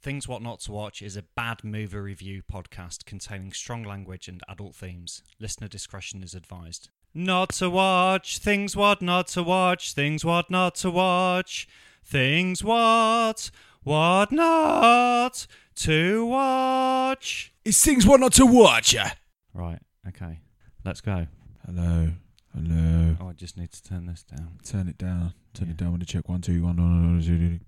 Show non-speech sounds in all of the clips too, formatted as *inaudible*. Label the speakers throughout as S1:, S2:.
S1: Things What Not to Watch is a bad movie review podcast containing strong language and adult themes. Listener discretion is advised. Not to watch, things what not to watch, things what not to watch, things what, what not to watch.
S2: It's things what not to watch. uh.
S1: Right, okay, let's go.
S2: Hello, hello.
S1: Oh, I just need to turn this down.
S2: Turn it down. Turn
S1: Yeah.
S2: it down when to check one, two, one, one, one, two, two, two.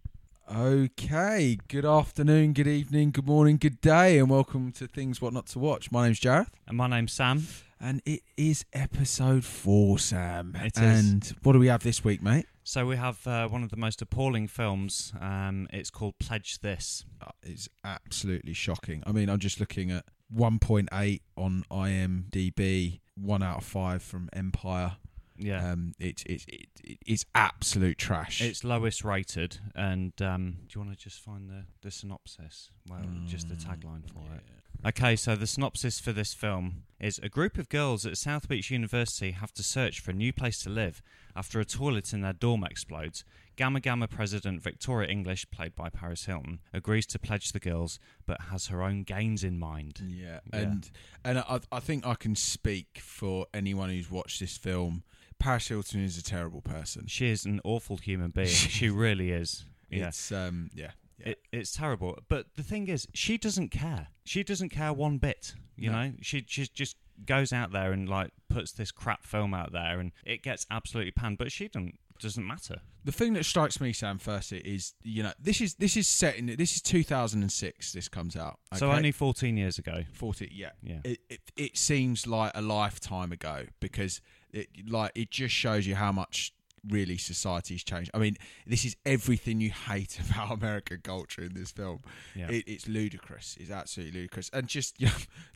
S2: Okay. Good afternoon. Good evening. Good morning. Good day, and welcome to things what not to watch. My name's Jareth,
S1: And my name's Sam.
S2: and it is episode four, Sam.
S1: It is.
S2: and what do we have this week, mate?
S1: So we have uh, one of the most appalling films. Um, it's called Pledge This.
S2: Uh, It's absolutely shocking. I mean, I'm just looking at 1.8 on IMDb, one out of five from Empire.
S1: Yeah.
S2: Um, it's it's it, it, it's absolute trash.
S1: It's lowest rated, and um, do you want to just find the, the synopsis? Well, just the tagline for it. Okay, so the synopsis for this film is a group of girls at South Beach University have to search for a new place to live after a toilet in their dorm explodes. Gamma Gamma president Victoria English, played by Paris Hilton, agrees to pledge the girls but has her own gains in mind.
S2: Yeah,
S1: Yeah.
S2: and and I, I think I can speak for anyone who's watched this film. Paris Hilton is a terrible person.
S1: She is an awful human being. she really is. Yeah.
S2: It's um yeah. yeah.
S1: It, it's terrible. But the thing is, she doesn't care. She doesn't care one bit. You
S2: No.
S1: know, she she just goes out there and like puts this crap film out there, and it gets absolutely panned. But she doesn't doesn't matter.
S2: the thing that strikes me, Sam, firstly, is you know this is this is set in this is 2006. This comes out.
S1: So
S2: okay?
S1: only fourteen years ago.
S2: 40 yeah
S1: Yeah.
S2: it, it, it seems like a lifetime ago because it like it just shows you how much really society's changed i mean this is everything you hate *laughs* about american culture in this film
S1: Yeah.
S2: it, it's ludicrous it's absolutely ludicrous and just *laughs* you know,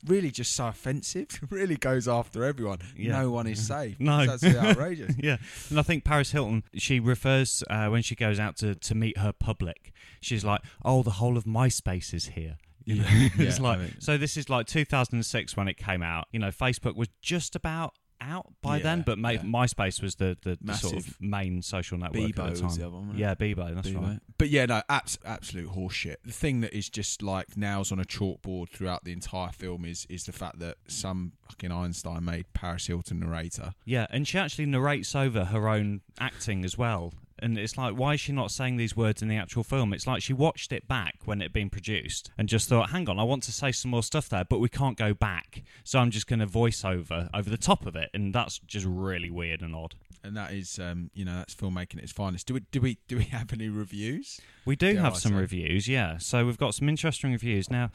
S2: really just so offensive *laughs* really goes after everyone
S1: Yeah.
S2: no
S1: *laughs*
S2: one is safe
S1: No. *laughs*
S2: it's absolutely outrageous *laughs*
S1: yeah, and I think Paris Hilton. She refers uh, when she goes out to to meet her public. She's like, "Oh, the whole of MySpace is here." You know, *laughs* it's
S2: Yeah,
S1: like
S2: I mean-
S1: so. This is like 2006 when it came out. You know, Facebook was just about out by
S2: Yeah,
S1: then, but Ma-
S2: yeah.
S1: MySpace was the, the, the sort
S2: Massive.
S1: of main social network
S2: Bebo
S1: at
S2: was
S1: the time.
S2: the other one, wasn't it?
S1: yeah, Bebo. That's right.
S2: But yeah, no, abs- absolute horseshit. The thing that is just like nails on a chalkboard throughout the entire film is is the fact that some fucking Einstein made Paris Hilton narrator.
S1: Yeah, and she actually narrates over her own acting as well. And it's like, why is she not saying these words in the actual film? It's like she watched it back when it had been produced and just thought, hang on, I want to say some more stuff there, but we can't go back. So I'm just going to voice over over the top of it. And that's just really weird and odd.
S2: And that is, um, you know, that's filmmaking at its finest. Do we, do we, do we *laughs* have any reviews?
S1: We do
S2: Dare
S1: have
S2: I
S1: some
S2: say.
S1: reviews, yeah. So we've got some interesting reviews. Now,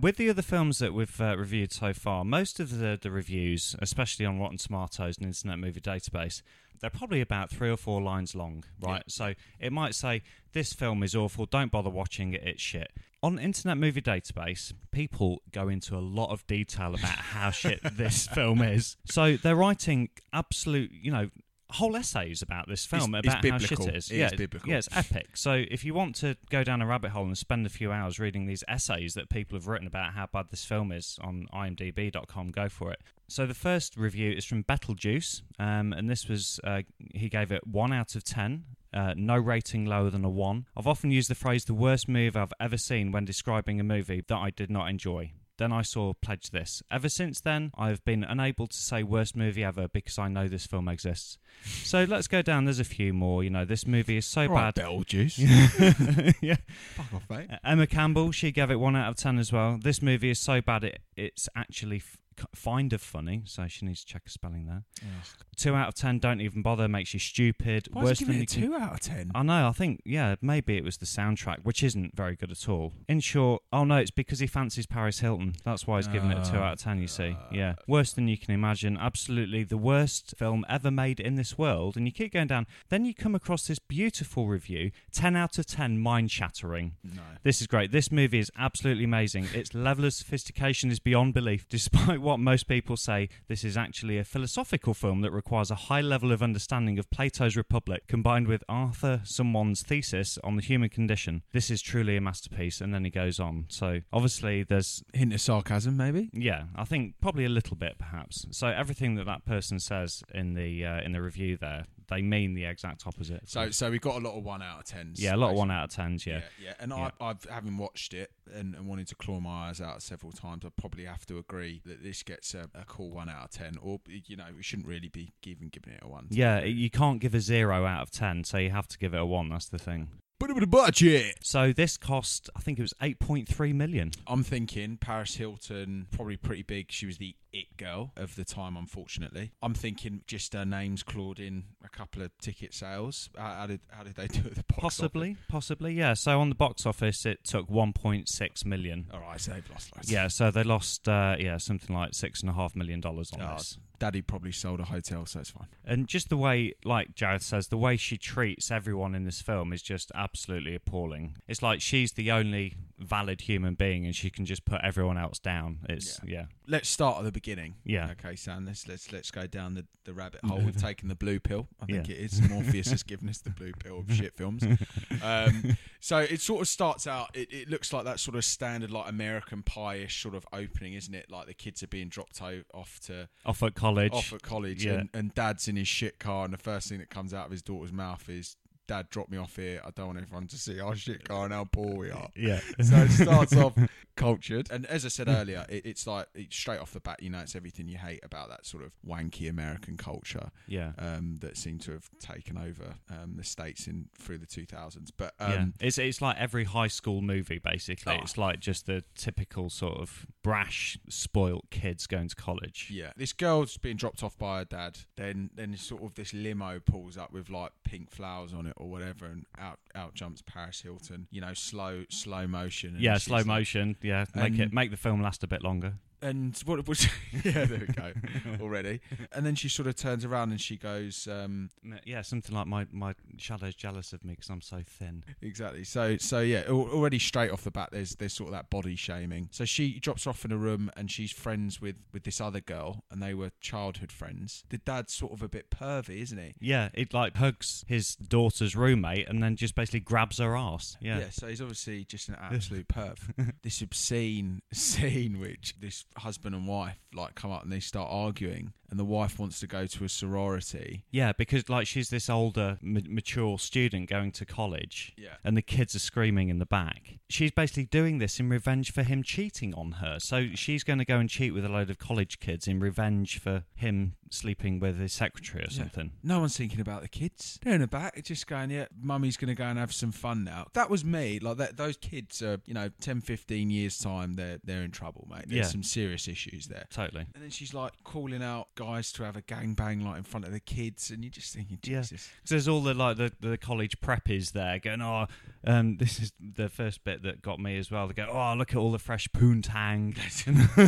S1: with the other films that we've uh, reviewed so far, most of the, the reviews, especially on Rotten Tomatoes and Internet Movie Database, they're probably about three or four lines long, right? So it might say, This film is awful, don't bother watching it, it's shit. On Internet Movie Database, people go into a lot of detail about how
S2: *laughs*
S1: shit this film is. So they're writing absolute, you know, whole essays about this film,
S2: It's- it's
S1: about how shit
S2: biblical.
S1: it is.
S2: It is
S1: yeah,
S2: biblical.
S1: Yeah, it's epic. So if you want to go down a rabbit hole and spend a few hours reading these essays that people have written about how bad this film is on imdb.com, go for it. So the first review is from Betelgeuse, um, and this was uh, he gave it one out of ten. Uh, no rating lower than a one. I've often used the phrase the worst move I've ever seen when describing a movie that I did not enjoy. Then I saw Pledge This. Ever since then, I have been unable to say worst movie ever because I know this film exists. So let's go down. There's a few more. You know, this movie is so
S2: All right,
S1: bad.
S2: Bell
S1: *laughs*
S2: juice.
S1: yeah.
S2: Fuck off, mate.
S1: Uh, Emma Campbell, she gave it one out of ten as well. This movie is so bad it, it's actually f- kind of funny. So she needs to check her spelling there. Two out of ten. Don't even bother. Makes you stupid.
S2: Why is he giving it a two out of ten?
S1: I know. I think yeah, maybe it was the soundtrack, which isn't very good at all. In short, oh no, it's because he fancies Paris Hilton. That's why he's giving it a two
S2: Ah.
S1: out of ten. You see, yeah, worse than you can imagine. Absolutely the worst film ever made in this world. And you keep going down. Then you come across this beautiful review, ten out of ten, mind shattering.
S2: no.
S1: This is great. This movie is absolutely amazing. Its level of sophistication is beyond belief. *laughs* Despite what most people say, this is actually a philosophical film that requires a high level of understanding of Plato's Republic combined with Arthur someone's thesis on the human condition. This is truly a masterpiece. And then he goes on. So obviously, there's
S2: Hint of sarcasm, maybe.
S1: yeah, I think probably a little bit, perhaps. So everything that that person says in the uh, in the review there, they mean the exact opposite. of
S2: So
S1: course.
S2: so we got a lot of one out of tens.
S1: yeah, a lot of one out of tens. Yeah.
S2: Yeah, yeah. And
S1: Yeah.
S2: I, I've having watched it and, and wanted to claw my eyes out several times, I probably have to agree that this gets a, a cool one out of ten. Or you know, we shouldn't really be even giving it a one.
S1: Yeah, you can't give a zero out of ten, so you have to give it a one. That's the thing.
S2: But with a budget.
S1: So this cost, I think it was eight point three million.
S2: I'm thinking Paris Hilton, probably pretty big. She was the it girl of the time, unfortunately. I'm thinking just her name's clawed in a couple of ticket sales. How, how did how did they do at the box
S1: Possibly, possibly, yeah. So on the box office, it took one point six million.
S2: office? All right, so they've lost loads.
S1: Yeah, so they lost, uh, yeah, something like six and a half million dollars on
S2: Oh,
S1: this.
S2: Daddy probably sold a hotel, so it's fine.
S1: And just the way, like Jared says, the way she treats everyone in this film is just absolutely appalling. It's like she's the only valid human being, and she can just put everyone else down. It's yeah,
S2: Let's start at the beginning.
S1: yeah,
S2: Okay, Sam. Let's let's let's go down the, the rabbit hole.
S1: *laughs*
S2: We've taken the blue pill. I think
S1: Yeah.
S2: it is Morpheus has given us the blue pill of
S1: *laughs*
S2: shit films. Um, so it sort of starts out. It, it looks like that sort of standard like American Pie-ish sort of opening, isn't it? Like the kids are being dropped o- off to
S1: off at college.
S2: off at college,
S1: Yeah.
S2: and, and dad's in his shit car, and the first thing that comes out of his daughter's mouth is, "Dad, drop me off here. I don't want everyone to see our shit car and how poor we are."
S1: yeah, *laughs*
S2: So it starts off cultured, and as I said earlier, it, it's like it's straight off the bat, you know, it's everything you hate about that sort of wanky American culture
S1: yeah,
S2: um, that seemed to have taken over um, the states in through the two thousands. But
S1: yeah. Ah.
S2: um,
S1: It's it's like every high school movie basically.
S2: Oh.
S1: It's like just the typical sort of brash, spoilt kids going to college.
S2: yeah. this girl's being dropped off by her dad. Then then sort of this limo pulls up with like pink flowers on it or whatever, and out out jumps Paris Hilton. You know, slow slow motion. And
S1: Yeah,
S2: she's
S1: slow
S2: like-
S1: motion. Yeah, make
S2: Um,
S1: it make the film last a bit longer.
S2: and what *laughs* was yeah there we go already and then she sort of turns around and she goes um
S1: M- Yeah, something like my my shadow's jealous of me because I'm so thin.
S2: exactly so so yeah al- already straight off the bat there's there's sort of that body shaming so she drops off in a room and she's friends with with this other girl and they were childhood friends the dad's sort of a bit pervy isn't he
S1: Yeah, it like hugs his daughter's roommate and then just basically grabs her ass. Yeah.
S2: so he's obviously just an absolute perv. This obscene scene, which this husband and wife like come up and they start arguing, and the wife wants to go to a sorority.
S1: Yeah, because like she's this older, ma- mature student going to college.
S2: Yeah.
S1: And the kids are screaming in the back. She's basically doing this in revenge for him cheating on her. So she's going to go and cheat with a load of college kids in revenge for him sleeping with his secretary or
S2: Yeah.
S1: something.
S2: No one's thinking about the kids. They're in the back, just going, yeah, mummy's going to go and have some fun now. That was me. Like that, those kids are, you know, 10, 15 years' time, they're, they're in trouble, mate. There's
S1: Yeah.
S2: some serious issues there.
S1: Totally.
S2: And then she's like calling out guys to have a gangbang like in front of the kids, and you're just thinking,
S1: Yeah.
S2: Jesus. *laughs*
S1: 'Cause there's all the like the, the college preppies there going, oh, um, *laughs* this is the first bit that got me as well. They go, oh, look at all the fresh poontang.
S2: *laughs*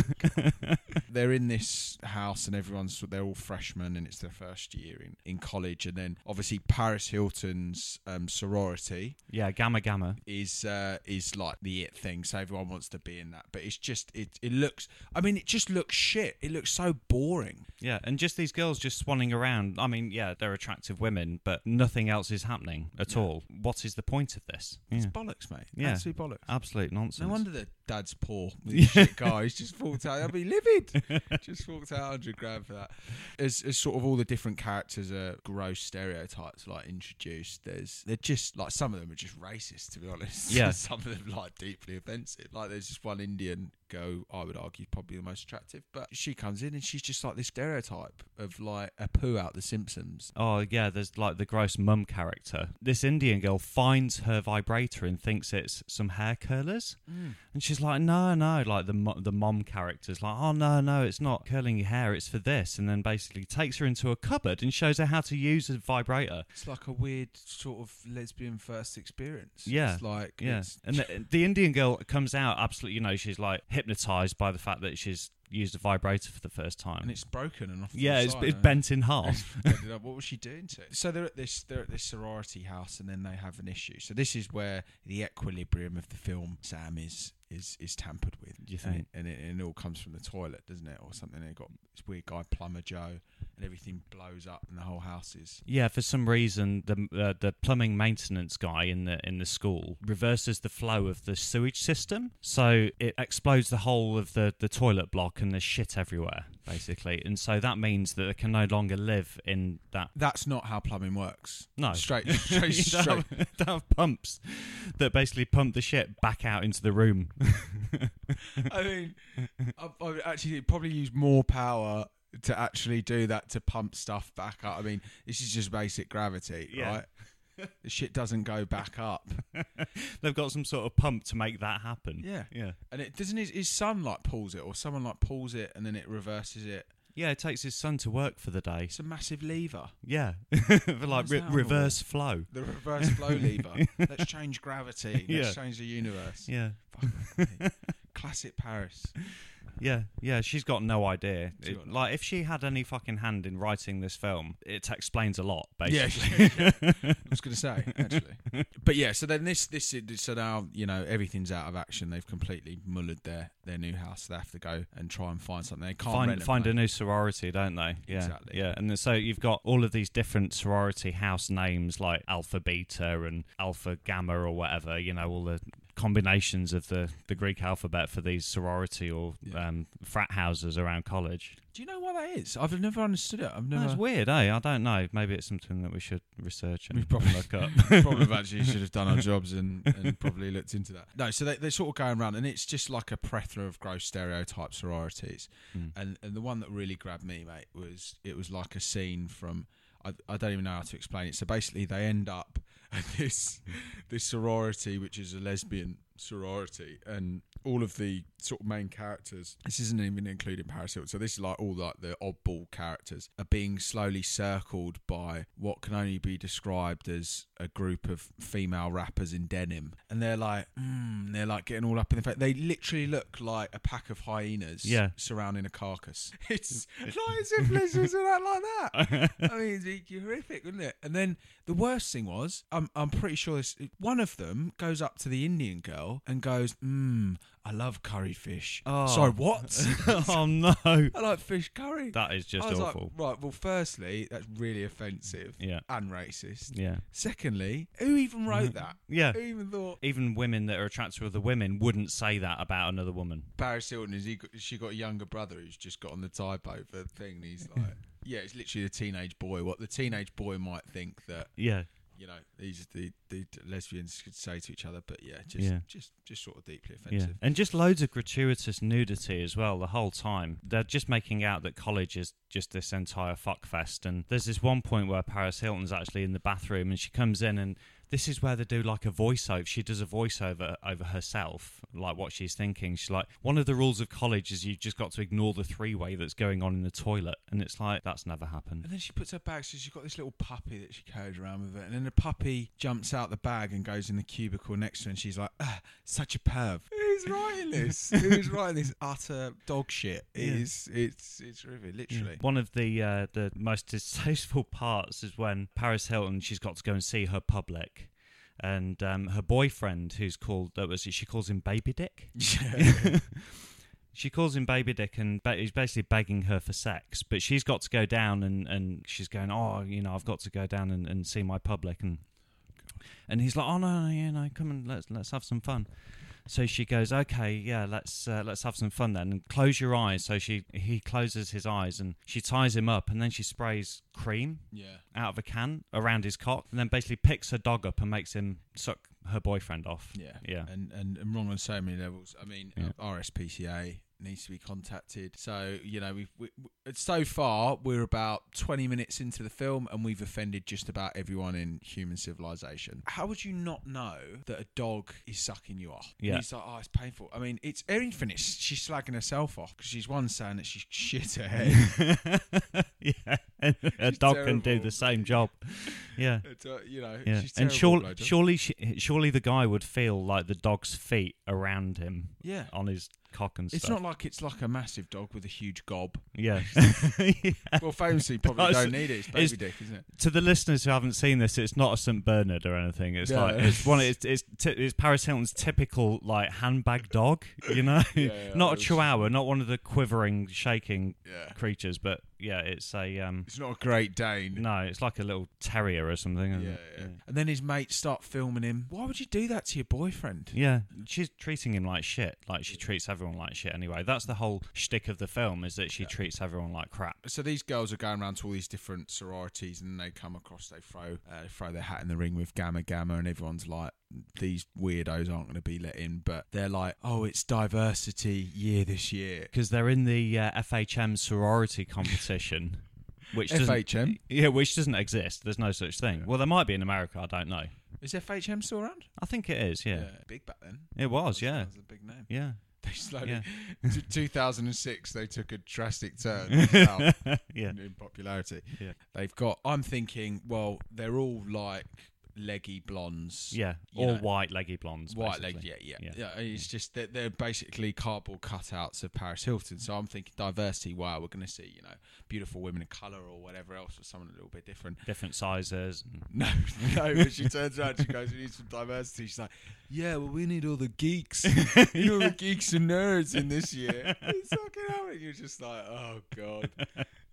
S2: They're in this house, and everyone's they're all freshmen, and it's their first year in, in college. And then obviously Paris Hilton's um, sorority,
S1: yeah, gamma gamma.
S2: is uh, is like the it thing. So everyone wants to be in that, but it's just it. It looks. I mean, it just looks shit. It looks so boring.
S1: Yeah, and just these girls just swanning around. I mean, yeah, they're attractive women, but nothing else is happening at all. What is the point of this?
S2: It's
S1: Yeah.
S2: bollocks, mate.
S1: Yeah.
S2: Absolute bollocks.
S1: Absolute nonsense.
S2: No wonder the dad's poor.
S1: *laughs*
S2: With his shit car, he's just walked out. I'd be livid. just walked out hundred grand for that. As, as sort of all the different characters are gross stereotypes like introduced. There's they're just like some of them are just racist to be honest. *laughs*
S1: Yeah.
S2: some of them like deeply offensive. Like there's just one Indian girl I would argue probably the most attractive, but she comes in and she's just like this stereotype of like a poo out the Simpsons.
S1: Oh yeah, there's like the gross mum character. This Indian girl finds her vibrator and thinks it's some hair curlers,
S2: Mm.
S1: and she's like, "No, no!" Like the mo- the mom character's like, "Oh no, no, it's not curling your hair, it's for this." And then basically takes her into a cupboard and shows her how to use a vibrator.
S2: It's like a weird sort of lesbian first experience.
S1: Yeah.
S2: It's like
S1: Yeah.
S2: it's-
S1: And the, the Indian girl comes out absolutely, you know, she's like hypnotized by the fact that she's used a vibrator for the first time.
S2: and it's broken and off. to
S1: yeah,
S2: the
S1: it's,
S2: side,
S1: it's
S2: eh?
S1: bent in half.
S2: ended up- what was she doing to? it? So they're at this they're at this sorority house, and then they have an issue. So this is where the equilibrium of the film Sam is is is tampered with.
S1: Do you
S2: And it,
S1: think?
S2: and it, and it all comes from the toilet, doesn't it, or something? They got this weird guy Plumber Joe, and and everything blows up and the whole house is.
S1: Yeah, for some reason, the uh, the plumbing maintenance guy in the in the school reverses the flow of the sewage system, so it explodes the whole of the the toilet block and there's shit everywhere, basically. And so that means that they can no longer live in that.
S2: That's not how plumbing works.
S1: No, *laughs*
S2: Straight, *laughs* straight,
S1: You don't
S2: straight.
S1: have- don't have pumps that basically pump the shit back out into the room. *laughs*
S2: I mean, I, I would actually probably use more power to actually do that to pump stuff back up. I mean, this is just basic gravity,
S1: Yeah.
S2: right? The shit doesn't go back up.
S1: They've got some sort of pump to make that happen.
S2: Yeah.
S1: *laughs* yeah,
S2: And it doesn't his, his son like pulls it or someone like pulls it and then it reverses it.
S1: yeah. It takes his son to work for the day.
S2: It's a massive lever.
S1: Yeah, *laughs* for like
S2: How's
S1: re-
S2: that all
S1: reverse flow.
S2: The reverse flow
S1: *laughs*
S2: lever. Let's change gravity.
S1: Yeah.
S2: Let's change the universe.
S1: Yeah,
S2: Fuck me. *laughs* Classic Paris.
S1: yeah, yeah. She's got no idea.
S2: She's
S1: It-
S2: got no-
S1: like, if she had any fucking hand in writing this film, it explains a lot.
S2: *laughs* Yeah,
S1: Basically,
S2: I was going to say actually, but yeah. So then this this so now you know everything's out of action. They've completely mullered their their new house. They have to go and try and find something. They can't
S1: find
S2: rent a
S1: find a
S2: place.
S1: new sorority, don't they? Yeah,
S2: Exactly.
S1: Yeah, and then- so you've got all of these different sorority house names like Alpha Beta and Alpha Gamma or whatever. You know, all the combinations of the the Greek alphabet for these sorority or
S2: Yeah.
S1: um, frat houses around college.
S2: Do you know why that is? I've never understood it. I've
S1: That's
S2: never.
S1: weird, eh? I don't know. Maybe it's something that we should research and
S2: We *laughs* probably-
S1: look up.
S2: *laughs*
S1: *laughs*
S2: probably actually should have done our jobs and, and probably looked into that. No, so they, they're sort of going around, and it's just like a plethora of gross stereotype sororities.
S1: Mm.
S2: And, and the one that really grabbed me, mate, was it was like a scene from I, I don't even know how to explain it. So basically, they end up *laughs* at this
S1: *laughs*
S2: this sorority, which is a lesbian sorority, and all of the sort of main characters. This isn't even including Paris Hilton. So this is like all like the oddball characters are being slowly circled by what can only be described as a group of female rappers in denim, and they're like, mm, they're like getting all up in the fact. They literally look like a pack of hyenas
S1: Yeah.
S2: surrounding a carcass. *laughs* It's like as if lizards are out like that. I mean, it'd be horrific, wouldn't it? And then the worst thing was, I'm, I'm pretty sure this one of them goes up to the Indian girl and goes, Mmm, I love curry fish.
S1: Oh.
S2: Sorry, what? *laughs*
S1: oh no,
S2: I like fish curry.
S1: that is just
S2: I was
S1: awful.
S2: like, right, well, firstly, that's really offensive
S1: yeah,
S2: and racist.
S1: yeah,
S2: Secondly, who even wrote that?
S1: yeah.
S2: Who even thought
S1: Even women that are attracted to other women wouldn't say that about another woman.
S2: Paris Hilton is he got, she got a younger brother who's just got on the typo for the thing? And he's *laughs* like, yeah, it's literally a teenage boy. What the teenage boy might think that
S1: Yeah,
S2: you know, these the, the lesbians could say to each other, but yeah, just
S1: Yeah.
S2: just just sort of deeply
S1: yeah,
S2: offensive.
S1: and just loads of gratuitous nudity as well the whole time. They're just making out that college is just this entire fuckfest. And there's this one point where Paris Hilton's actually in the bathroom and she comes in and. This is where they do like a voiceover. She does a voiceover over herself, like what she's thinking. She's like, one of the rules of college is you've just got to ignore the three way that's going on in the toilet. And it's like, that's never happened.
S2: And then she puts her bag, so she's got this little puppy that she carries around with her. And then the puppy jumps out the bag and goes in the cubicle next to her, and she's like, ah, such a perv. Who's writing this? *laughs* Who's writing this utter dog shit? It
S1: Yeah.
S2: is- it's, it's horrific, literally.
S1: One of the uh, the most distasteful *laughs* parts is when Paris Hilton she's got to go and see her public, and um, her boyfriend who's called that was she calls him Baby Dick.
S2: Yeah.
S1: *laughs* She calls him Baby Dick and ba- he's basically begging her for sex, but she's got to go down and, and she's going, oh, you know, I've got to go down and, and see my public and and he's like, oh no, no, you know, come and let's let's have some fun. So she goes, okay, yeah, let's uh, let's have some fun then, and close your eyes. So she he closes his eyes and she ties him up, and then she sprays cream
S2: yeah.
S1: out of a can around his cock, and then basically picks her dog up and makes him suck her boyfriend off.
S2: Yeah.
S1: Yeah.
S2: And, and and wrong on so many levels. I mean,
S1: Yeah.
S2: uh, RSPCA needs to be contacted. So you know, we've we, we- so far we're about twenty minutes into the film, and we've offended just about everyone in human civilization. How would you not know that a dog is sucking you off? And
S1: Yeah.
S2: He's like, oh, it's painful. I mean, it's everything. It's, she's slagging herself off because she's one saying that she's *laughs*
S1: *laughs*
S2: shit her head. *laughs*
S1: yeah, a dog can do
S2: terrible.
S1: the same job. Yeah.
S2: It's, uh, you know,
S1: Yeah.
S2: *laughs* she's
S1: And
S2: terrible
S1: surely,
S2: blowjob.
S1: surely, she, surely the guy would feel like the dog's feet around him
S2: yeah.
S1: on his cock and
S2: It's
S1: stuff.
S2: not like it's like a massive dog with a
S1: *laughs*
S2: huge gob. *laughs*
S1: yeah.
S2: Well, famously, probably
S1: That's-
S2: don't need it. It's baby
S1: it's-
S2: dick, isn't it?
S1: To the listeners who haven't seen this, it's not a St Bernard or anything. It's
S2: No.
S1: like it's one. It's it's, t- it's Paris Hilton's typical like handbag dog. You know,
S2: *laughs* Yeah,
S1: *laughs* not a
S2: it's-
S1: Chihuahua, not one of the quivering, shaking
S2: Yeah.
S1: creatures, but yeah, it's a um.
S2: It's not a great Dane.
S1: No, it's like a little terrier or something. isn't
S2: Yeah,
S1: it?
S2: yeah. And then his mates start filming him. Why would you do that to your boyfriend?
S1: Yeah, she's treating him like shit. Like she treats everyone like shit anyway. That's the whole shtick of the film is that she treats everyone like crap.
S2: So these girls are going around to all these different sororities, and they come across. They throw uh, they throw their hat in the ring with Gamma Gamma, and everyone's like, "These weirdos aren't going to be let in." But they're like, "Oh, it's diversity year this year."
S1: Because they're in the uh, FHM sorority competition, which doesn't,
S2: FHM
S1: yeah, which doesn't exist. There's no such thing. Well, there might be in America. I don't know.
S2: is FHM still around?
S1: I think it is. Yeah,
S2: big back then.
S1: it was. Yeah,
S2: that was a big name. *laughs*
S1: yeah,
S2: They slowly, *laughs*
S1: yeah,
S2: to 2006, they took a drastic
S1: *laughs*
S2: turn south
S1: yeah.
S2: in popularity.
S1: Yeah.
S2: They've got. I'm thinking, well, they're all like leggy blondes.
S1: Yeah,
S2: You
S1: all
S2: know.
S1: white leggy blondes.
S2: White
S1: basically.
S2: leg, yeah, yeah,
S1: Yeah.
S2: yeah. it's just that they're basically cardboard cutouts of Paris Hilton. So I'm thinking diversity. Wow, we're going to see, you know, beautiful women of color or whatever else, or someone a little bit different. *laughs*
S1: different sizes.
S2: No, no. But she turns around, she goes, "We need some diversity." She's like, "Yeah, well, we need all
S1: *laughs*
S2: the geeks, you know, the geeks and nerds in this year." It's fucking hell, and you're just like, "Oh god,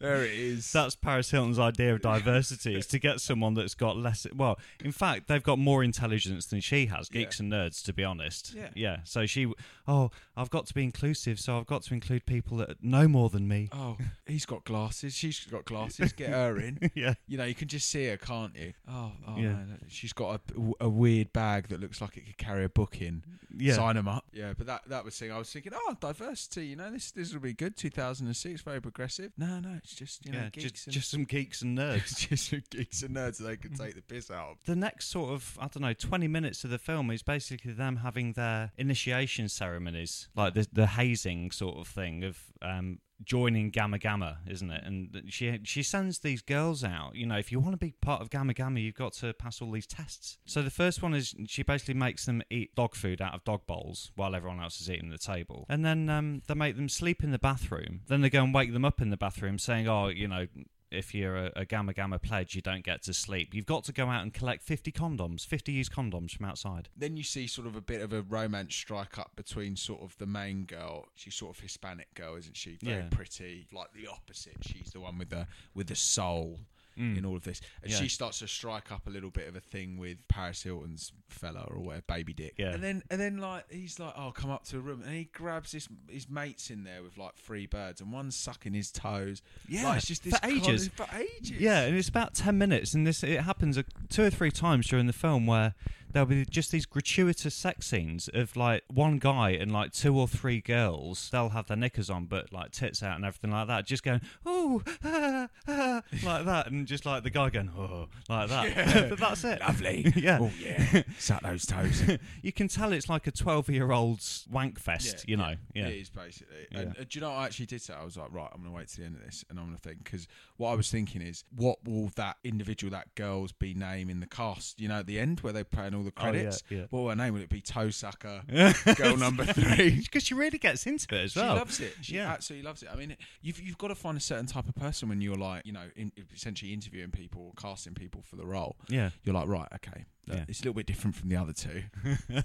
S2: there it is."
S1: *laughs* That's Paris Hilton's idea of diversity is to get someone that's got less. Well, in fact, they've got more intelligence than she has, geeks and nerds, to be honest.
S2: Yeah.
S1: Yeah. So she, oh, I've got to be inclusive, so I've got to include people that know more than me.
S2: oh, he's got glasses. She's got glasses. Get her
S1: *laughs*
S2: in.
S1: *laughs* yeah.
S2: You know, you can just see her, can't you? Oh, oh
S1: Yeah.
S2: man, she's got a, a weird bag that looks like it could carry a book in.
S1: Yeah.
S2: Sign them up. Yeah, but that that was thing. I was thinking, oh, diversity. You know, this this will be good. 2006, very progressive. No, no, it's just you know,
S1: yeah.
S2: geeks
S1: Just,
S2: and
S1: just some geeks and nerds.
S2: It's *laughs* just some geeks and nerds they can take the piss out of.
S1: the next sort of I don't know twenty minutes of the film is basically them having their initiation ceremonies, like the the hazing sort of thing of um, joining Gamma Gamma, isn't it? And she she sends these girls out. You know, if you want to be part of Gamma Gamma, you've got to pass all these tests. So the first one is she basically makes them eat dog food out of dog bowls while everyone else is eating at the table, and then um, they make them sleep in the bathroom. Then they go and wake them up in the bathroom, saying, "Oh, you know, if you're a, a gamma gamma pledge, you don't get to sleep. You've got to go out and collect 50 condoms, 50 used condoms from outside.
S2: Then you see sort of a bit of a romance strike up between sort of the main girl. She's sort of Hispanic girl, isn't she? Very
S1: Yeah.
S2: pretty, like the opposite. She's the one with the with the soul in all of this, and
S1: Mm. Yeah.
S2: she starts to strike up a little bit of a thing with Paris Hilton's fella or whatever, baby dick.
S1: Yeah.
S2: And then and then like he's like, oh, come up to a room, and he grabs his his mates in there with like three birds, and one's sucking his toes.
S1: Yeah,
S2: Like, it's just
S1: for
S2: this con-
S1: ages.
S2: for ages.
S1: Yeah, and it's about 10 minutes, and this it happens a, two or three times during the film where there'll be just these gratuitous sex scenes of like one guy and like two or three girls. They'll have their knickers on, but like tits out and everything like that, just going, ooh, ah, ah," like that, and just like the guy going, oh, like that. *laughs* but that's it.
S2: Lovely.
S1: *laughs* Yeah.
S2: Oh yeah. Suck those toes.
S1: You can tell it's like a 12 year old's wank fest, you know? Yeah.
S2: It is basically.
S1: Yeah.
S2: And uh, do you know what I actually did say? I was like, right, I'm going to wait to the end of this and I'm going to think because what I was thinking is, what will that individual, that girl's, be name in the cast? You know, at the end where they're playing all the
S1: Oh, yeah,
S2: credits.
S1: yeah.
S2: What would her name? Would it be Toe Sucker,
S1: *laughs*
S2: girl *laughs* number three?
S1: because she really gets into it as
S2: She
S1: well.
S2: loves it. She
S1: Yeah.
S2: absolutely loves it. I mean, you've you've got to find a certain type of person when you're like, you know, in, essentially interviewing people or casting people for the role.
S1: yeah,
S2: You're like, right, okay, look,
S1: Yeah.
S2: it's a little bit different from the
S1: *laughs*
S2: other two.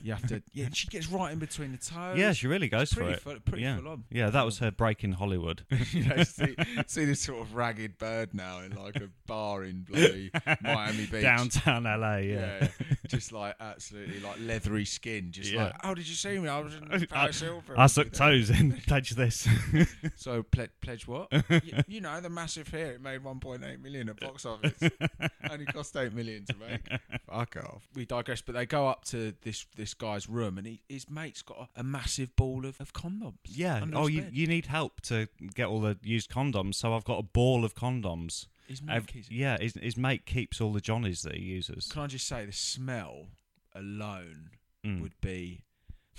S2: you have to, yeah. She gets right in between the toes.
S1: yeah, she really goes for
S2: pretty Oh.
S1: it.
S2: full, pretty
S1: yeah.
S2: full on.
S1: yeah, that was her break in Hollywood.
S2: *laughs* you know, see, see this sort of ragged bird now in like a bar in bloody
S1: *laughs*
S2: Miami Beach.
S1: Downtown LA, yeah.
S2: Yeah, yeah. just like absolutely like leathery skin. Just
S1: Yeah.
S2: like, oh, did you see me? I was in Paris Hilton.
S1: *laughs* I suck toes *laughs* and pledge
S2: *laughs*
S1: this.
S2: So ple- pledge what?
S1: *laughs*
S2: you, you know, the massive hit. It made 1.8 million at box office.
S1: *laughs*
S2: Only cost 8 million to make. Fuck off. We digress, but they go up to this this guy's room, and he, his mate's got a, a massive ball of, of condoms.
S1: yeah.
S2: under
S1: Oh,
S2: his
S1: you,
S2: bed.
S1: you need help to get all the used condoms. So I've got a ball of condoms.
S2: His mate
S1: I've-
S2: keeps it.
S1: yeah, his, his mate keeps all the johnnies that he uses.
S2: Can I just say the smell alone
S1: Mm.
S2: would be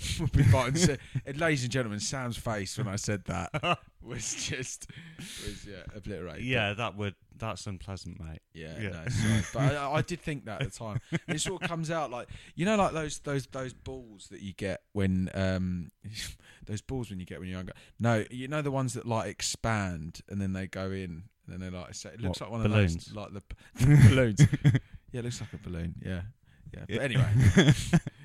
S2: *laughs* would be biting. so, *laughs* and ladies and
S1: *laughs*
S2: gentlemen, Sam's face when I said that was just was yeah obliterated.
S1: yeah, that would That's unpleasant, mate.
S2: Yeah,
S1: Yeah.
S2: no, sorry. but I, I did think that at the
S1: *laughs*
S2: time. And it sort of comes out like you know, like those those those balls that you get when um *laughs* those balls when you get when you're younger. No, you know the ones that like expand and then they go in and then they like so it looks
S1: What,
S2: like one
S1: balloons?
S2: of those like the
S1: *laughs*
S2: p- *laughs* balloons. Yeah, it looks like a balloon. Yeah, yeah. But anyway,
S1: *laughs*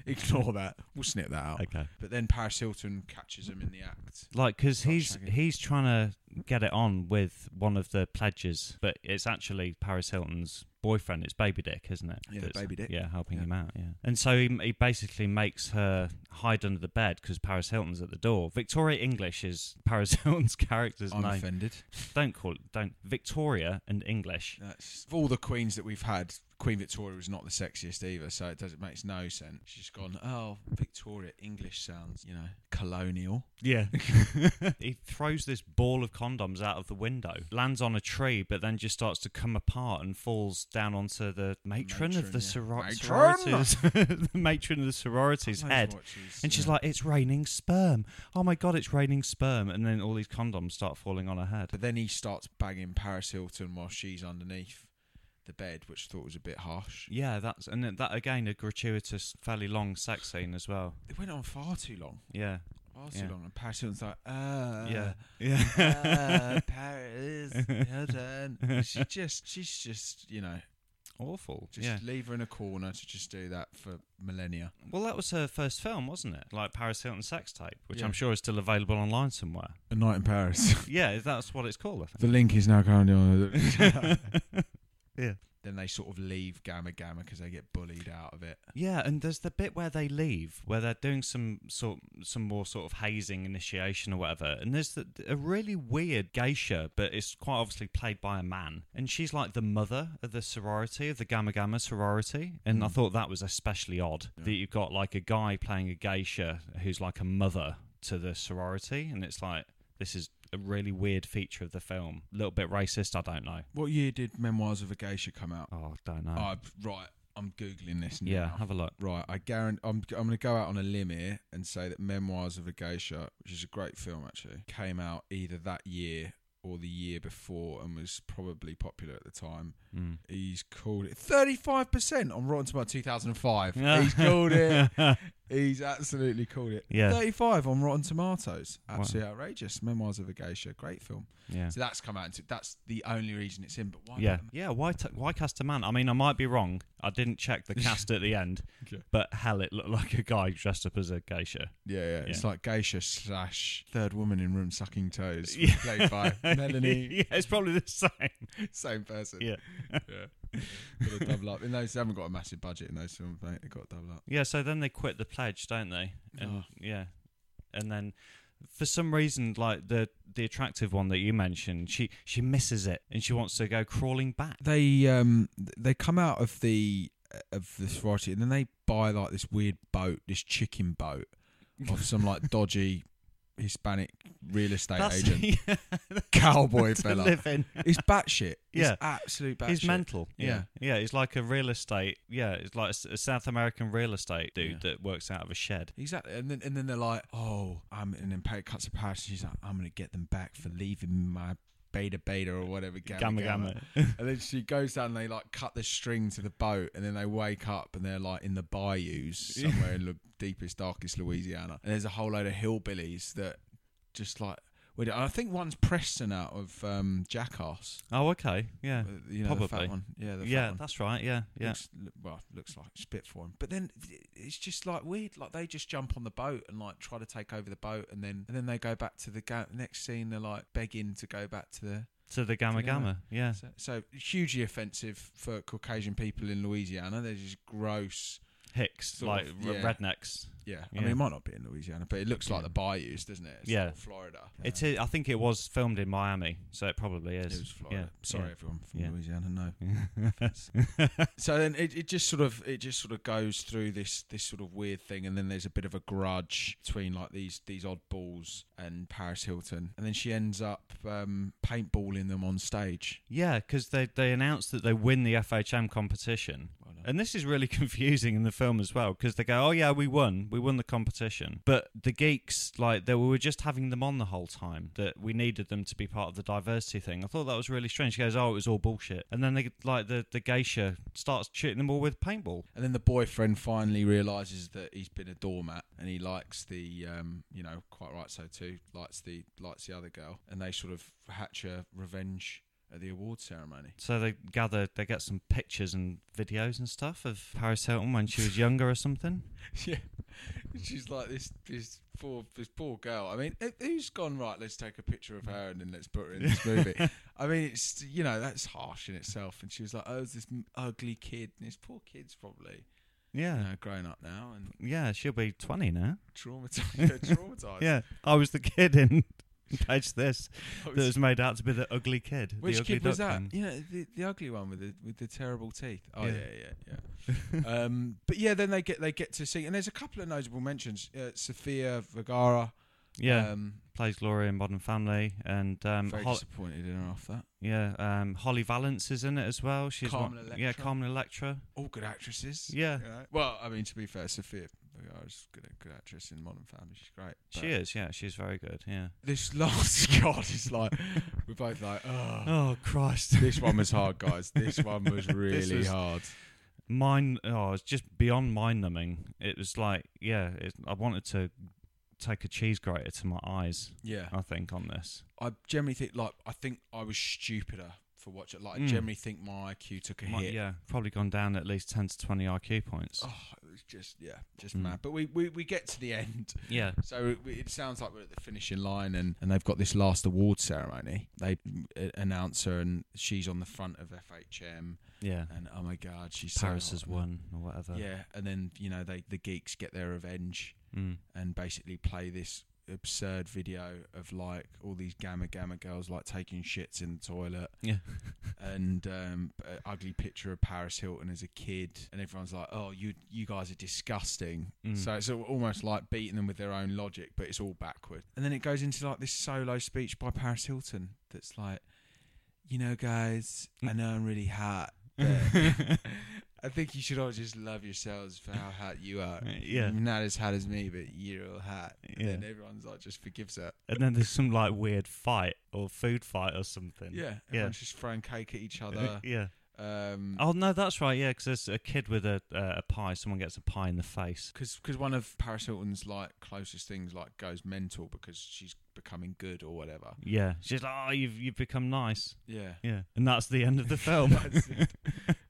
S2: ignore that. We'll snip that out.
S1: Okay.
S2: But then Paris Hilton catches him in the act.
S1: Like, because
S2: Not
S1: he's
S2: shagging.
S1: he's trying to get it on with one of the pledges, but it's actually Paris Hilton's boyfriend. It's Baby Dick, isn't it?
S2: Yeah,
S1: That's-
S2: Baby Dick.
S1: Yeah, helping
S2: Yeah.
S1: him out. Yeah, and so he, he basically makes her hide under the bed because Paris Hilton's at the door. Victoria English is *laughs* Paris Hilton's character's
S2: I'm
S1: name.
S2: offended.
S1: Don't call it. Don't Victoria and English.
S2: That's of all the queens that we've had. Queen Victoria was not the sexiest either, so it does it makes no sense. She's just gone. Oh, Victoria English sounds, you know, colonial.
S1: Yeah. *laughs* he throws this ball of condoms out of the window, lands on a tree, but then just starts to come apart and falls down onto the matron, of
S2: Matron,
S1: the
S2: yeah.
S1: soro-
S2: Matron!
S1: sororities. *laughs* the matron of the sororities'
S2: God knows
S1: head.
S2: what
S1: And she's
S2: yeah.
S1: like, it's raining sperm. Oh my God, it's raining sperm. And then all these condoms start falling on her head.
S2: But then he starts banging Paris Hilton while she's underneath the bed, which I thought was a bit harsh.
S1: Yeah, that's, and then that again, a gratuitous, fairly long sex scene as well.
S2: It went on far too long.
S1: Yeah.
S2: Far too
S1: Yeah.
S2: long. And Paris Hilton's like, uh,
S1: yeah. Yeah. *laughs*
S2: *laughs* uh, Paris Hilton. She just, she's just, you know,
S1: Awful.
S2: just
S1: yeah.
S2: leave her in a corner to just do that for millennia.
S1: Well, that was her first film, wasn't it? Like Paris Hilton sex tape, which
S2: Yeah.
S1: I'm sure is still available online somewhere.
S2: A night in Paris. *laughs*
S1: yeah, that's what it's called. I
S2: The link is now currently on. *laughs*
S1: think. *laughs*
S2: then they sort of leave Gamma Gamma because they get bullied out of it.
S1: yeah, and there's the bit where they leave, where they're doing some sort, some more sort of hazing initiation or whatever. And there's the, a really weird geisha, but it's quite obviously played by a man, and she's like the mother of the sorority of the Gamma Gamma sorority. And I thought that was especially odd that you've got like a guy playing a geisha who's like a mother to the sorority, and it's like this is a really weird feature of the film. A little bit racist, I don't know.
S2: What year did Memoirs of a Geisha come out?
S1: Oh, I don't know.
S2: Oh, right, I'm googling this now.
S1: yeah, have a look.
S2: Right, I guarantee I'm I'm going to go out on a limb here and say that Memoirs of a Geisha, which is a great film actually, came out either that year or the year before and was probably popular at the time.
S1: Mm.
S2: He's called it 35% on Rotten Tomatoes
S1: *laughs*
S2: 2005.
S1: Yeah.
S2: He's called it.
S1: *laughs*
S2: He's absolutely called it.
S1: Yeah.
S2: 35 on Rotten Tomatoes.
S1: Wow.
S2: Absolutely outrageous. Memoirs of a Geisha, great film.
S1: yeah.
S2: So that's come out. and That's the only reason it's in. But why?
S1: Yeah, yeah. Why? T- why cast a man? I mean, I might be wrong. I didn't check *laughs* the cast at the end,
S2: Okay.
S1: but hell, it looked like a guy dressed up as a geisha.
S2: Yeah, yeah. It's
S1: Yeah.
S2: like Geisha slash third woman in room sucking toes,
S1: *laughs* Yeah.
S2: played by Melanie.
S1: yeah, it's probably the same.
S2: Same person.
S1: Yeah,
S2: yeah. Got a double up. And those they haven't got a massive budget in those films, mate. They got a double up.
S1: yeah. So then they quit the pledge, don't they? And
S2: Oh.
S1: yeah, and then for some reason, like the the attractive one that you mentioned, she she misses it and she wants to go crawling back.
S2: They um they come out of the uh, of the sorority and then they buy like this weird boat, this chicken boat of some like dodgy Hispanic real estate
S1: That's *laughs*
S2: agent
S1: yeah,
S2: cowboy
S1: to
S2: fella.
S1: live in.
S2: It's batshit.
S1: Yeah.
S2: It's absolute batshit.
S1: He's mental.
S2: Yeah.
S1: Yeah. yeah, He's like a real estate. Yeah, it's like a s- a, South American real estate dude that works out of a shed.
S2: Exactly, and then and then they're like, "Oh, I'm," and then Pat cuts to Paris, and she's like, "I'm gonna get them back for leaving my beta beta or whatever gamma
S1: Gamma
S2: gamma."
S1: gamma.
S2: and then she goes down, and they like cut the string to the boat, and then they wake up, and they're like in
S1: *laughs*
S2: the bayous somewhere in the deepest, darkest Louisiana, and there's a whole load of hillbillies that just like. wait, I think one's Preston out of um, Jackass.
S1: *laughs* Oh, okay. Yeah.
S2: Uh, You know, the fat
S1: Probably.
S2: one. Yeah, the fat
S1: Yeah,
S2: one.
S1: that's right. Yeah, yeah.
S2: Looks, look, well, looks like spit for him. But then it's just like weird. Like they just jump on the boat and like try to take over the boat, and then and then they go back to the ga- next scene. They're like begging to go back to the.
S1: To the Gamma
S2: Yeah.
S1: Gamma. Yeah.
S2: So, so hugely offensive for Caucasian people in Louisiana. They're just gross.
S1: Hicks,
S2: Sort
S1: like
S2: of,
S1: r-
S2: yeah.
S1: rednecks.
S2: Yeah, I
S1: Yeah.
S2: mean it might not be in Louisiana, but it looks like the bayous, doesn't it? It's
S1: Yeah.
S2: like Florida.
S1: It is. I think it was filmed in Miami, so it probably
S2: It
S1: is.
S2: was Florida.
S1: Yeah.
S2: Sorry,
S1: Yeah.
S2: everyone from
S1: Yeah.
S2: Louisiana. No,
S1: *laughs*
S2: so then it, it just sort of it just sort of goes through this this sort of weird thing and then there's a bit of a grudge between like these these oddballs and paris hilton and then she ends up um paintballing them on stage
S1: Yeah, because they they announced that they win the FHM competition,
S2: well
S1: And this is really *laughs* confusing in the film as well because they go, "Oh yeah, we won, we won the competition," but the geeks like they were just having them on the whole time that we needed them to be part of the diversity thing. I thought that was really strange. She goes, "Oh, it was all bullshit," and then they like the the geisha starts shooting them all with paintball.
S2: And then the boyfriend finally realizes that he's been a doormat, and he likes the, um, you know, quite right so too, likes the likes the other girl, and they sort of hatch a revenge at the award ceremony.
S1: So they gather, they get some pictures and videos and stuff of Paris Hilton when she was younger or something.
S2: *laughs* yeah, she's like this this poor this poor girl. I mean, who- who's gone right? Let's take a picture of her and then let's put her
S1: *laughs*
S2: in this movie. I mean, it's you know that's harsh in itself. And she was like, oh, it's this m- ugly kid, and this poor kid's probably
S1: Yeah.
S2: you know grown up now and
S1: Yeah, she'll be 20 now. *laughs*
S2: traumatized. traumatized. *laughs*
S1: Yeah, I was the kid in *laughs* Page This
S2: That
S1: that
S2: was-
S1: was made out to be the ugly kid. the
S2: Which
S1: ugly
S2: kid was
S1: duck
S2: that?
S1: one.
S2: You know, the, the ugly one with the with the terrible teeth. Oh yeah,
S1: Yeah.
S2: yeah, yeah. um, but yeah, then they get they get to see, and there's a couple of notable mentions. Uh, Sophia Vergara.
S1: Yeah,
S2: um,
S1: plays Gloria in Modern Family, and um,
S2: very
S1: Hol-
S2: disappointed in her off that.
S1: yeah, um, Holly Valance is in it as well. She's
S2: Carmen
S1: one, yeah,
S2: Electra.
S1: Carmen Electra.
S2: All good actresses.
S1: Yeah,
S2: you know? Well, I mean, to be fair, Sophia Vergara's good good actress in Modern Family. She's great.
S1: she
S2: but
S1: is. Yeah, she's very good. Yeah.
S2: This last *laughs* god is like we're both like oh.
S1: Oh Christ!
S2: This one was hard, guys. This one
S1: *laughs*
S2: was really
S1: was-
S2: hard.
S1: Mine. Oh, it's just beyond mind numbing. It was like, yeah, it, I wanted to take a cheese grater to my eyes.
S2: Yeah.
S1: I think on this.
S2: I generally think like I think I was stupider for watching. Like I
S1: Mm.
S2: generally think my IQ took a
S1: Might-
S2: hit.
S1: yeah, probably gone down at least ten to twenty IQ points.
S2: Oh, it was just yeah, just
S1: Mm.
S2: mad. But we, we we get to the end, *laughs*
S1: Yeah,
S2: so it, it sounds like we're at the finishing line, and and they've got this last award ceremony. They uh, announce her, and she's on the front of FHM,
S1: yeah.
S2: and oh my god, she's so
S1: Paris
S2: hot.
S1: has won or whatever.
S2: Yeah, and then you know they the geeks get their revenge
S1: Mm.
S2: and basically play this absurd video of like all these gamma gamma girls like taking shits in the toilet
S1: Yeah.
S2: and um, an ugly picture of Paris Hilton as a kid, and everyone's like, "Oh, you you guys are disgusting."
S1: *laughs* Mm.
S2: So it's al- almost like beating them with their own logic, but it's all backward. And then it goes into like this solo speech by Paris Hilton that's like, "You know, guys, I know I'm really hot."
S1: *laughs*
S2: but I think you should all just love yourselves for how hot you are.
S1: Yeah.
S2: You're not as hot as me, but you're all hot. And
S1: Yeah.
S2: then everyone's like just forgives her.
S1: And then there's some like weird fight or food fight or something. *laughs*
S2: Yeah. Everyone's just throwing cake at each other.
S1: yeah.
S2: Um,
S1: Oh no, that's right. Yeah, because there's a kid with a uh, a pie. Someone gets a pie in the face.
S2: because cause one of Paris Hilton's like closest things like goes mental because she's becoming good or whatever.
S1: Yeah, she's like, oh, you've you've become nice.
S2: Yeah,
S1: Yeah, and that's the end of the *laughs* film.
S2: *laughs* That's it.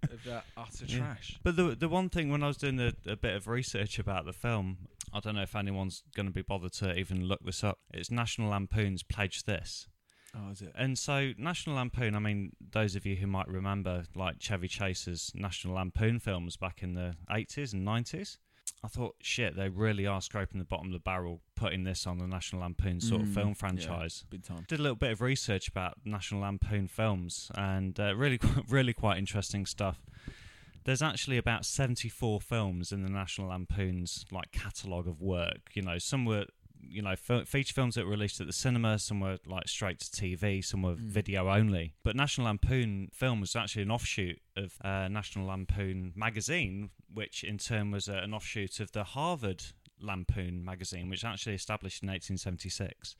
S2: Of that utter
S1: Yeah.
S2: trash.
S1: But the the one thing when I was doing a, a bit of research about the film, I don't know if anyone's going to be bothered to even look this up. It's National Lampoon's Pledge This.
S2: Oh, is it?
S1: And so National Lampoon, I mean, those of you who might remember like Chevy Chase's National Lampoon films back in the 80s and 90s, I thought, shit, they really are scraping the bottom of the barrel putting this on the National Lampoon sort
S2: Mm,
S1: of film
S2: yeah.
S1: franchise.
S2: Big time.
S1: Did a little bit of research about National Lampoon films and uh, really, *laughs* quite, really quite interesting stuff. There's actually about 74 films in the National Lampoon's like catalogue of work. You know, some were, you know, f- feature films that were released at the cinema, some were like straight to TV, some were
S2: Mm.
S1: video only. But National Lampoon film was actually an offshoot of uh, National Lampoon magazine, which in turn was uh, an offshoot of the Harvard Lampoon magazine, which actually established in 1876.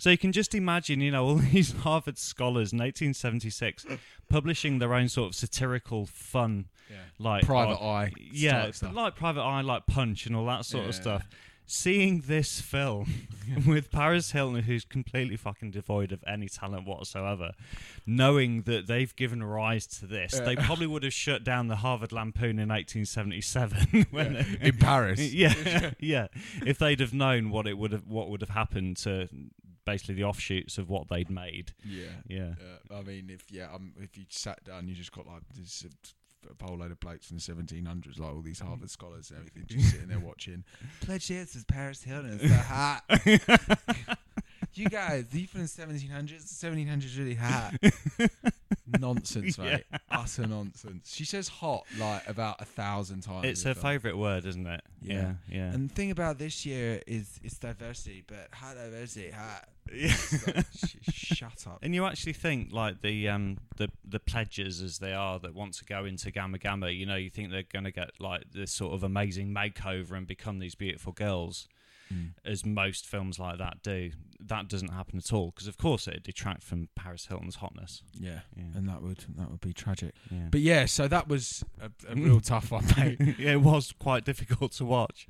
S1: So you can just imagine, you know, all these *laughs* Harvard scholars in 1876 publishing their own sort of satirical, fun,
S2: Yeah.
S1: like
S2: Private
S1: oh,
S2: Eye.
S1: yeah,
S2: type stuff.
S1: like Private Eye, like Punch, and all that sort of
S2: Yeah.
S1: stuff. Seeing this
S2: *laughs*
S1: film *laughs* with Paris Hilton, who's completely fucking devoid of any talent whatsoever, knowing that they've given rise to this,
S2: Yeah.
S1: they probably would have shut down the Harvard Lampoon in 1877 *laughs* when they-
S2: in Paris.
S1: *laughs*
S2: *laughs*
S1: yeah, yeah. If they'd have known what it would have, what would have happened to basically the offshoots of what they'd made.
S2: yeah.
S1: Yeah,
S2: Uh, I mean, if yeah, um, if you sat down, you just got like this uh, a whole load of blokes from the 1700s, like all these Harvard scholars and everything, just sitting there watching. Mm. *laughs* Pledge this is Paris Hilton. It's so *laughs* hot. *laughs* you guys, you from the 1700s? 1700s really hot. nonsense, mate. Utter nonsense. She says hot like about a thousand times.
S1: It's
S2: in
S1: her
S2: the film.
S1: favourite word, isn't it?
S2: Yeah.
S1: yeah. yeah.
S2: And the thing about this year is it's diversity, but how diversity? How?
S1: *laughs* Yeah.
S2: It's like, sh-
S1: *laughs*
S2: shut up.
S1: And you actually think like the um the the pledges as they are that want to go into Gamma Gamma, you know, you think they're going to get like this sort of amazing makeover and become these beautiful girls,
S2: Mm,
S1: as most films like that do. That doesn't happen at all because, of course, it detract from Paris Hilton's hotness.
S2: Yeah.
S1: Yeah,
S2: And that would that would be tragic.
S1: yeah.
S2: Uh, But yeah, so that was a, a *laughs* real tough one, mate.
S1: yeah, *laughs* it was quite difficult to watch.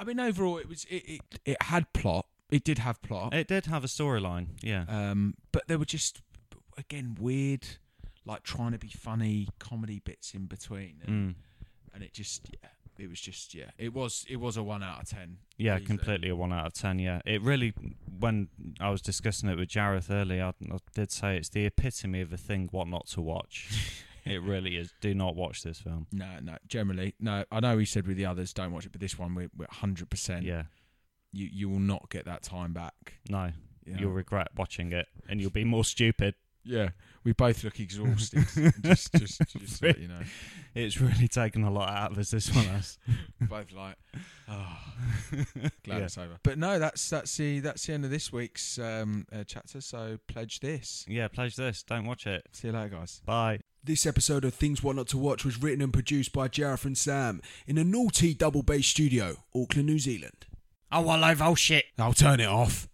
S2: I mean, overall, it was it it, it had plot. It did have plot.
S1: It did have a storyline. Yeah,
S2: Um, but there were just again weird, like trying to be funny comedy bits in between, and,
S1: mm.
S2: and it just yeah, it was just yeah, it was it was a one out of ten.
S1: yeah,
S2: Easily.
S1: completely a one out of ten. Yeah, it really. When I was discussing it with Jareth earlier, I, I did say it's the epitome of a thing what not to watch. it really is. Do not watch this film.
S2: No, no, generally no. I know we said with the others don't watch it, but this one we're we're hundred percent.
S1: Yeah,
S2: you you will not get that time back.
S1: no,
S2: you know.
S1: you'll regret watching it, and you'll be more stupid.
S2: yeah, we both look *laughs* exhausted. just just just so that you know,
S1: It's really *laughs* taken a lot out of us. This one has.
S2: both like oh. glad
S1: yeah.
S2: it's over. But no, that's that's the that's the end of this week's um, uh, chapter. So pledge this.
S1: yeah, pledge this. Don't watch it.
S2: See you later, guys.
S1: Bye.
S3: This episode of Things What Not to Watch was written and produced by Jareth and Sam in a naughty double bass studio, Auckland, New Zealand.
S1: Oh, I love old shit.
S3: I'll turn it off.